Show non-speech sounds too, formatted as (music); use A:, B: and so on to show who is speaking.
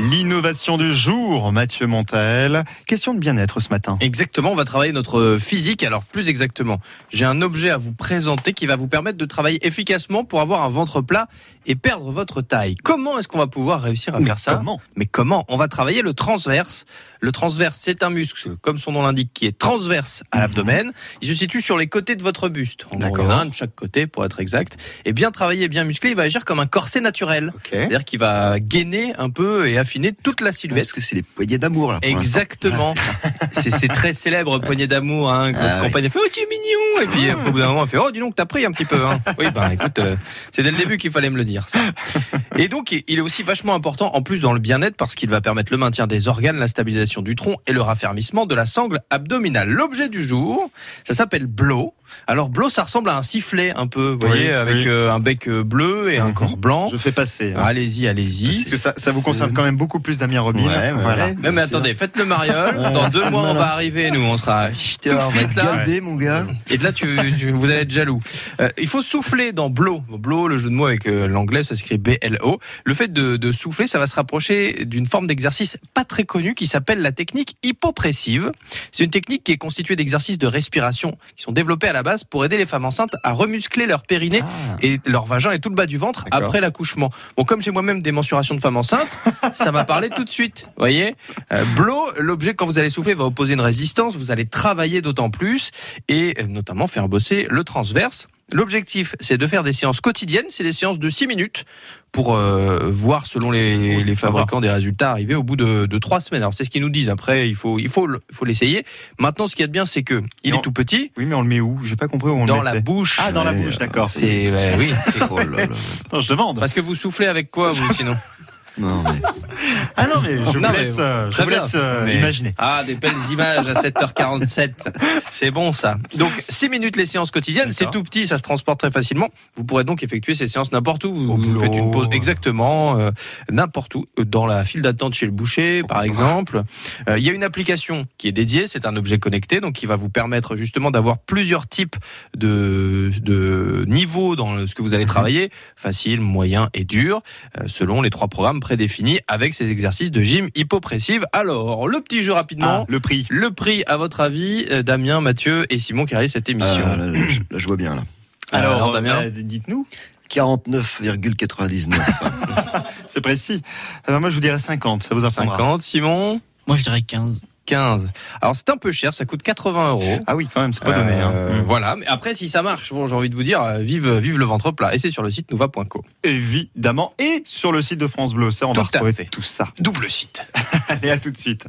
A: L'innovation du jour, Mathieu Montael. Question de bien-être ce matin.
B: Exactement, on va travailler notre physique. Alors plus exactement, j'ai un objet à vous présenter qui va vous permettre de travailler efficacement pour avoir un ventre plat et perdre votre taille. Comment est-ce qu'on va pouvoir réussir à
A: Mais
B: faire ça
A: comment
B: Mais comment On va travailler le transverse. Le transverse, c'est un muscle, comme son nom l'indique, qui est transverse à l'abdomen. Il se situe sur les côtés de votre buste. En gros, il y en a
A: Mhm. D'accord.
B: un de chaque côté, pour être exact. Et bien travaillé, bien musclé, il va agir comme un corset naturel.
A: Ok.
B: C'est-à-dire qu'il va gainer un peu et affiner toute la silhouette.
C: Parce que c'est les poignées d'amour là. pour l'instant.
B: Exactement. c'est c'est très célèbre poignée d'amour. Hein, que votre
C: Ah oui.
B: compagne elle fait Oh, tu es mignon Et puis au bout d'un moment, elle fait Oh, dis donc, t'as pris un petit peu. Hein. Oui, ben écoute, euh, c'est dès le début qu'il fallait me le dire. Ça. Et donc, il est aussi vachement important, en plus dans le bien-être, parce qu'il va permettre le maintien des organes, la stabilisation du tronc et le raffermissement de la sangle abdominale. L'objet du jour, ça s'appelle Blo. Alors, Blo, ça ressemble à un sifflet un peu, vous
A: Oui,
B: voyez, avec
A: oui.
B: euh, un bec euh, bleu et un
A: Mhm.
B: corps blanc.
A: Je fais passer. hein.
B: Allez-y, allez-y.
A: Parce que ça, ça vous concerne quand même beaucoup plus, Damien Robin.
C: Ouais, ouais,
A: Voilà.
C: ouais.
B: Non mais attendez, faites le mariole. Dans deux mois, on va arriver, nous, on sera
C: Putain,
B: tout
C: on va
B: fit, là.
C: galber, mon gars.
B: Et de là, tu, tu- vous allez être jaloux. Euh, il faut souffler dans blow. Blow, le jeu de mots avec euh, l'anglais, ça s'écrit B-L-O. Le fait de, de souffler, ça va se rapprocher d'une forme d'exercice pas très connue qui s'appelle la technique hypopressive. C'est une technique qui est constituée d'exercices de respiration qui sont développés à la base pour aider les femmes enceintes à remuscler leur périnée
A: Ah.
B: et leur vagin et tout le bas du ventre
A: D'accord.
B: après l'accouchement. Bon, comme j'ai moi-même des mensurations de
A: (laughs)
B: femmes enceintes, ça m'a parlé tout de suite. Voyez, euh, blow, l'objet quand vous allez souffler va opposer une résistance, vous allez travailler d'autant plus et euh, notamment faire bosser le transverse. L'objectif, c'est de faire des séances quotidiennes, c'est des séances de 6 minutes pour euh, voir selon les, les fabricants des résultats arriver au bout de, de 3 semaines. Alors c'est ce qu'ils nous disent. Après, il faut il faut le- il faut l'essayer. Maintenant, ce qu'il y a de bien, c'est que il
A: Non.
B: est tout petit
A: Oui, mais on le met où J'ai pas compris où on
B: dans
A: le
B: la
A: mettait.
B: bouche.
A: Ah, dans la
B: Ouais, euh,
A: bouche, d'accord.
B: C'est ouais, oui.
C: Oh là là.
A: Attends, je demande.
B: Parce que vous soufflez avec quoi vous sinon
C: Non, mais
A: Ah non, mais je
B: Non,
A: vous
B: mais
A: laisse, euh, je
B: très
A: vous
B: bien.
A: laisse, euh,
B: Mais-
A: imaginer.
B: (laughs) Ah, des belles images à 7h47. C'est bon ça. Donc 6 minutes les séances quotidiennes, c'est
A: D'accord.
B: tout petit, ça se transporte très facilement. Vous pourrez donc effectuer ces séances n'importe où. Vous,
A: Au
B: vous
A: boulot,
B: faites une pause
A: euh.
B: exactement euh, n'importe où Euh, dans la file d'attente chez le boucher par exemple. Euh, Il y a une application qui est dédiée, c'est un objet connecté donc qui va vous permettre justement d'avoir plusieurs types de de niveaux dans le- ce que vous allez travailler, facile, moyen et dur euh, selon les trois programmes prédéfinis avec ces exercices de gym hypopressive. Alors, le petit jeu rapidement.
A: Ah, le prix.
B: Le prix, à votre avis, euh, Damien, Mathieu et Simon qui réalisent cette émission
C: Ah, là, là, je, là, je vois bien là.
B: Euh, Ah, Alors, euh,
A: Alors,
B: Damien
A: bah, dites-nous.
C: 49,99.
A: C'est précis. Ah bah, moi, je vous dirais 50. Ça vous apprendra.
B: 50, Simon
D: Moi, je dirais 15.
B: 15. Alors, c'est un peu cher, ça coûte 80 euros.
A: Ah oui, quand même, c'est pas donné. hein.
B: Euh,
A: Mmh.
B: Voilà, mais après, si ça marche, bon, j'ai envie de vous dire, euh, vive, vive le ventre plat. Et c'est sur le site nouva.co.
A: Évidemment. Et sur le site de France Bleu, ça, on
B: Tout
A: va
B: à
A: retrouver
B: fait.
A: tout ça.
B: Double site.
A: Allez, à tout de suite.